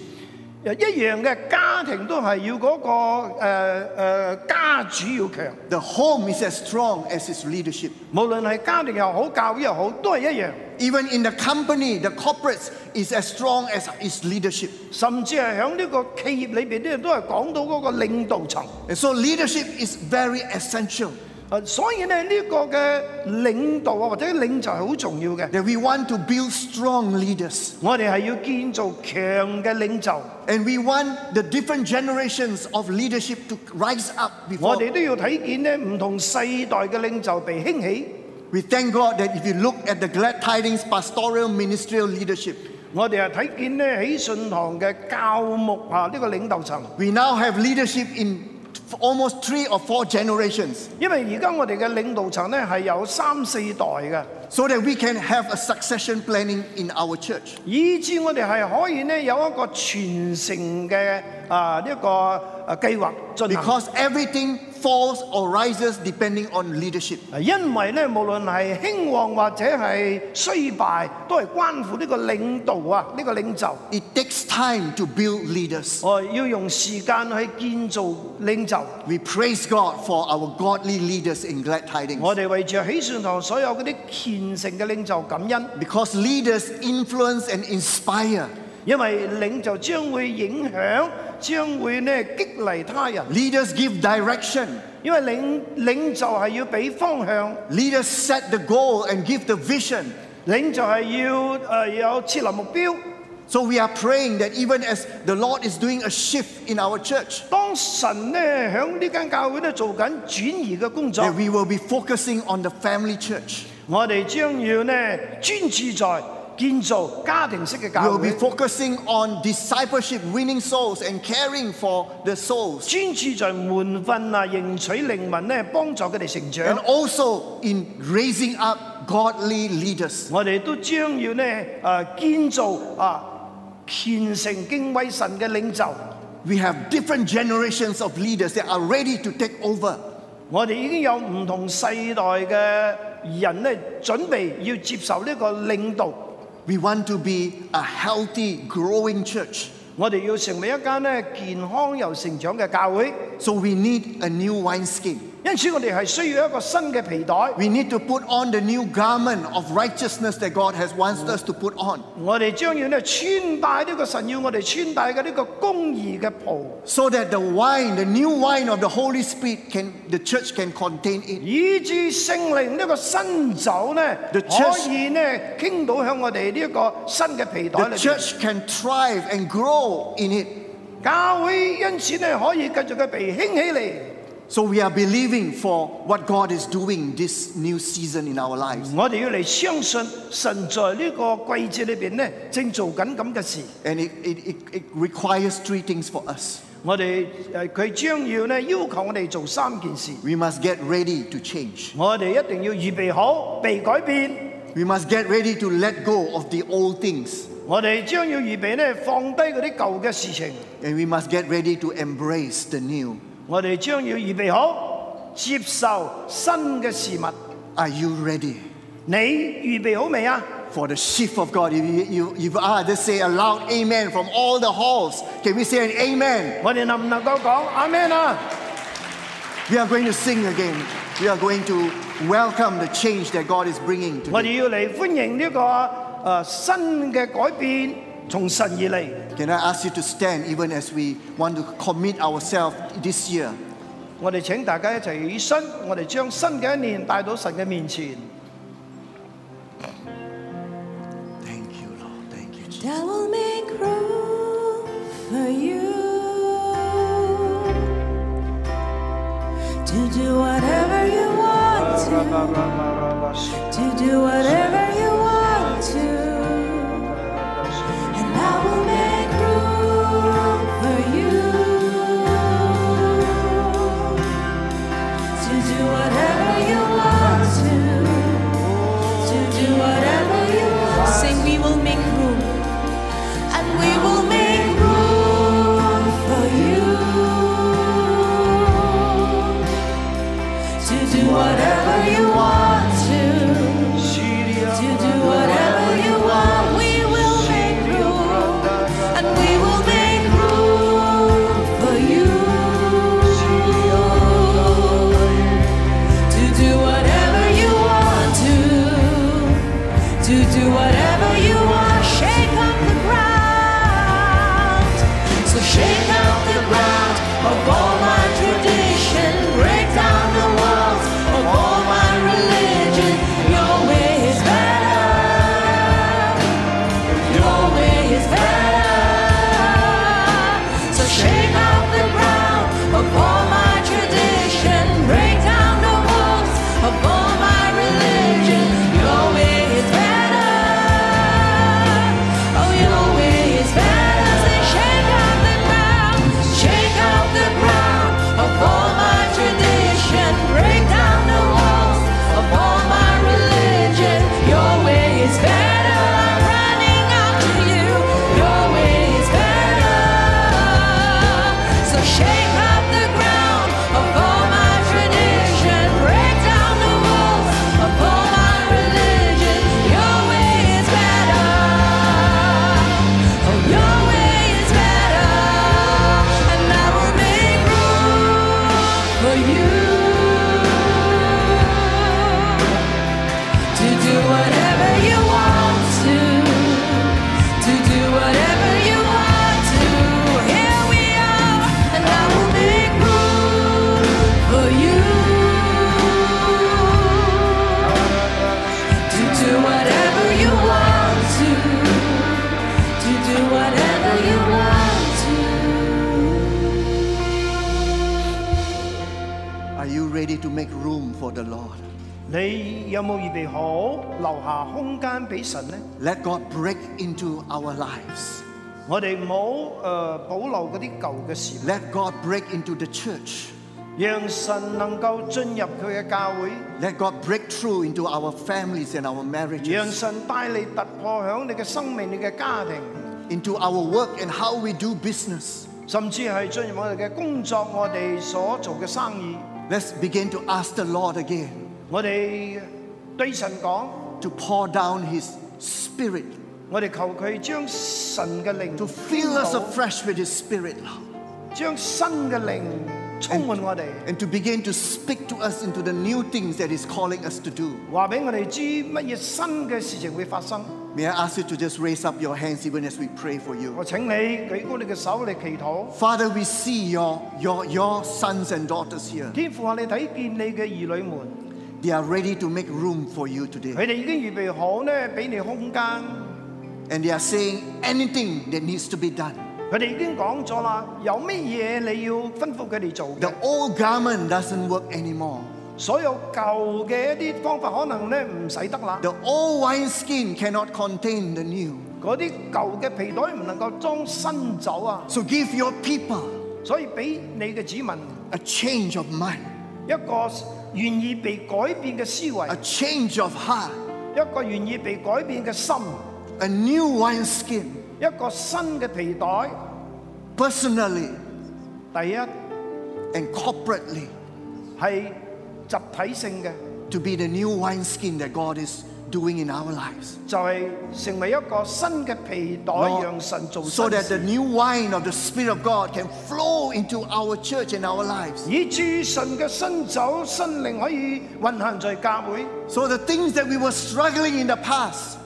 S2: 一樣嘅家庭都係要嗰、個誒、呃呃家主要強。
S1: The home is as strong as its leadership.
S2: 無論係家庭又好，教會又好，都係一樣。
S1: Even in the company, the corporates is as strong as its leadership.
S2: 甚至係喺呢個企業裏邊咧，都係講到嗰個領導層。
S1: And so leadership is very essential.
S2: 啊所以咧呢、個嘅領導啊或者領袖係好重要嘅。
S1: That we want to build strong leaders.
S2: 我哋係要建造強嘅領袖，
S1: And we want the different generations of leadership to rise up
S2: 我
S1: before.
S2: 哋都要睇見咧唔同世代嘅領袖被興起。
S1: We thank God that if you look at the glad tidings pastoral ministerial leadership,
S2: 我哋係睇見咧喜信堂嘅教牧啊呢、個領導層，
S1: we now have leadership in f- almost three or four generations
S2: 因為而家我哋嘅領導層咧係有三四代嘅，
S1: so that we can have a succession planning in our church.
S2: 以致我哋係可以咧有一個傳承嘅啊呢一個啊計劃進行。
S1: Because everything falls or rises depending on leadership.
S2: 啊因為咧，無論係興旺或者係衰敗，都係關乎呢個領導啊，呢、個領袖。
S1: It takes time to build leaders.
S2: 我要用時間去建造領袖。
S1: We praise God for our godly leaders in Glad Tidings.
S2: 我哋為著喜善堂所有嗰啲虔誠嘅領袖感恩。
S1: Because leaders influence and inspire.
S2: 因為領袖將會影響，將會咧激勵他人。
S1: Leaders give direction.
S2: 因為領領袖係要俾方向，
S1: Leaders set the goal and give the vision.
S2: 領袖係要誒、呃有設立目標。
S1: So we are praying that even as the Lord is doing a shift in our church,
S2: 當神咧喺呢間教會咧做緊轉移嘅工作
S1: that，we will be focusing on the family church.
S2: 我哋將要咧專注在建造家庭式嘅
S1: We
S2: 教
S1: will be
S2: 會，
S1: focusing on discipleship, winning souls, and caring for the souls.
S2: 專注在門訓啊、迎取靈魂咧，幫助佢哋成
S1: And
S2: 長。
S1: also in raising up godly leaders.
S2: 我哋都將要咧誒建造啊虔誠敬畏神嘅領袖。
S1: We have different generations of leaders that are ready to take over.
S2: 我哋已經有唔同世代嘅人咧，準備要接受呢個領導。
S1: We want to be a healthy, growing church.
S2: 我哋要成為一間咧健康又成長嘅教會，
S1: So we need a new wineskin.
S2: 因此我哋係需要一個新嘅皮袋。
S1: We need to put on the new garment of righteousness that God has wanted us to put on
S2: 我哋將要咧穿戴呢個神要我哋穿戴嘅呢個公義嘅袍，
S1: so that the wine, the new wine of the Holy Spirit, can, the church can contain it.
S2: 以致聖靈呢個新酒咧
S1: The
S2: 可
S1: church-
S2: 以咧傾倒向我哋呢一個新嘅皮袋
S1: The
S2: 裏邊。
S1: church can thrive and grow in it.
S2: 教會因此咧可以繼續嘅被興起嚟。
S1: So we are believing for what God is doing this new season in our lives.
S2: 我哋要嚟相信神在呢個季節裏邊咧正做緊咁嘅事。
S1: And it, it, it, it requires three things for us.
S2: 我哋誒佢將要咧要求我哋做三件事。
S1: We must get ready to change.
S2: 我哋一定要預備好，被改變。
S1: We must get ready to let go of the old things.
S2: 我哋將要預備咧放低嗰啲舊嘅事情。
S1: And we must get ready to embrace the new.
S2: 我哋將要預備好接受新嘅事物。
S1: Are you ready
S2: 你預備好未啊？
S1: for the shift of God? If you, you, if you are, just say a loud amen from all the halls. Can we say an amen?
S2: 我哋能唔能夠講阿 Man 啊？
S1: We are going to sing again. We are going to welcome the change that God is bringing
S2: 我
S1: today.
S2: 哋要嚟歡迎呢、個呃新嘅改變，從神而嚟。
S1: Can I ask you to stand even as we want to commit ourselves this year?
S2: 我哋請大家一齊起身，我哋將新嘅一年帶到神嘅面前。
S1: Thank you, Lord. Thank you, Jesus.
S3: I will make room for you to do whatever you want to, to do whatever you want to, and I will make room for you to do whatever you want to, to do whatever you want. Sing, we will make room and we will make room for you to do whatever you want to, to Oh,
S1: for the Lord.
S2: 你有冇預備好留下空間俾神呢？
S1: Let God break into our lives.
S2: 我哋唔好誒保留嗰啲舊嘅事，
S1: Let God break into the church.
S2: 讓神能夠進入佢嘅教會，
S1: Let God break through into our families and our
S2: 讓
S1: marriages,
S2: 神帶你突破響你嘅生命、你嘅家庭，
S1: into our work and how we do business.
S2: 甚至係進入我哋嘅工作、我哋所做嘅生意。
S1: Let's begin to ask the Lord again
S2: 我哋對神講，
S1: to pour down His Spirit,
S2: 我哋求佢將神嘅靈
S1: to fill us
S2: 傾倒
S1: afresh with His Spirit, Lord.
S2: 將新嘅靈充滿我哋，
S1: and to begin to speak to us into the new things that He's calling us to do.
S2: 話俾我哋知乜嘢新嘅事情會發生。
S1: May I ask you to just raise up your hands even as we pray for you?
S2: 我請你舉高你嘅手嚟祈禱。
S1: Father, we see your, your, your sons and daughters here.
S2: 天父啊，你睇見你嘅兒女們，
S1: They are ready to make room for you today.
S2: 佢哋已經預備好呢，俾你空間。
S1: And they are saying anything that needs to be done.
S2: 佢哋已經講咗啦，有乜嘢你要吩咐佢哋做嘅
S1: The？old garment doesn't work anymore.
S2: 所有舊嘅一啲方法可能呢唔使得啦，
S1: The old wineskin cannot contain the new.
S2: 嗰啲舊嘅皮袋唔能夠裝新酒啊，
S1: So give your people
S2: 所以俾你嘅子民
S1: a change of mind,
S2: 一個願意被改變嘅思
S1: a
S2: 維，
S1: change of heart,
S2: 一個願意被改變嘅心，
S1: a new wineskin
S2: 一個新嘅皮袋。
S1: personally
S2: 第一
S1: and corporately.
S2: 係集體性嘅。
S1: to be the new wineskin that God is doing in our lives.
S2: 就係成為一個新嘅皮袋，
S1: Lord,
S2: 讓神做
S1: so
S2: 新
S1: that the
S2: 事，
S1: new wine of the Spirit of God can flow into our church and our lives.
S2: 以至神嘅新酒、新靈可以運行在教會。
S1: So the things that we were struggling in the past,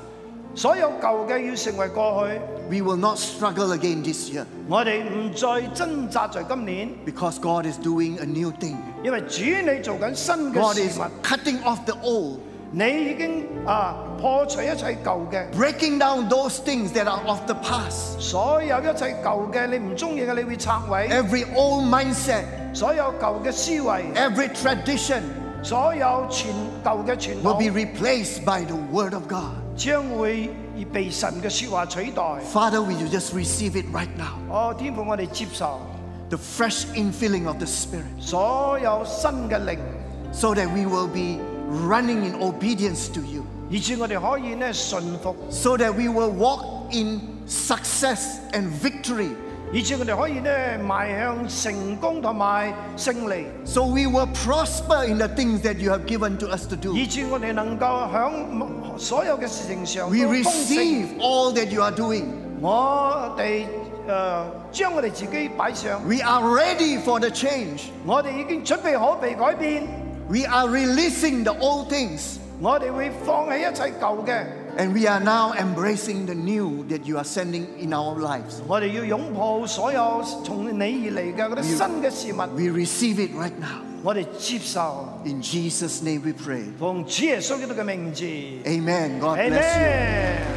S2: 所有舊嘅要成為過去，
S1: we will not struggle again this year
S2: 我哋唔再掙扎在今年，
S1: because God is doing a new thing.
S2: 因為主你做緊新
S1: God
S2: 嘅
S1: is
S2: 事物，
S1: cutting off the old,
S2: 你已經啊破除一切舊嘅，
S1: breaking down those things that are of the past.
S2: 所有一切舊嘅你唔中意嘅，你會拆毀；
S1: Every old mindset,
S2: 所有舊嘅思維，
S1: every tradition
S2: 所有傳舊嘅傳
S1: will be
S2: 統，
S1: replaced by the Word of God.
S2: 將會被神嘅説話取代。
S1: Father, will you just receive it right now?
S2: 哦，天父，我哋接受。
S1: the fresh infilling of the Spirit
S2: 所有新嘅靈，
S1: so that we will be running in obedience to you,
S2: 以至我哋可以咧順服，
S1: so that we will walk in success and victory,
S2: 以至我哋可以咧邁向成功同埋勝利，
S1: so we will prosper in the things that you have given to us to
S2: 以
S1: do.
S2: 至我哋能夠響所有嘅事情上
S1: We
S2: 都豐盛。
S1: receive all that you are doing.
S2: 我哋誒、呃、將我哋自己擺上，
S1: We are ready for the change.
S2: 我哋已經準備好被改變，
S1: We are releasing the old things
S2: 我哋會放棄一切舊嘅，
S1: and we are now embracing the new that you are sending in our lives.
S2: 我哋要擁抱所有從你而嚟嘅嗰啲新嘅事物，
S1: We receive it right now.
S2: 我哋接受，
S1: In Jesus' name we pray.
S2: 奉主耶穌基督嘅名字
S1: Amen. God bless you.
S2: ，Amen。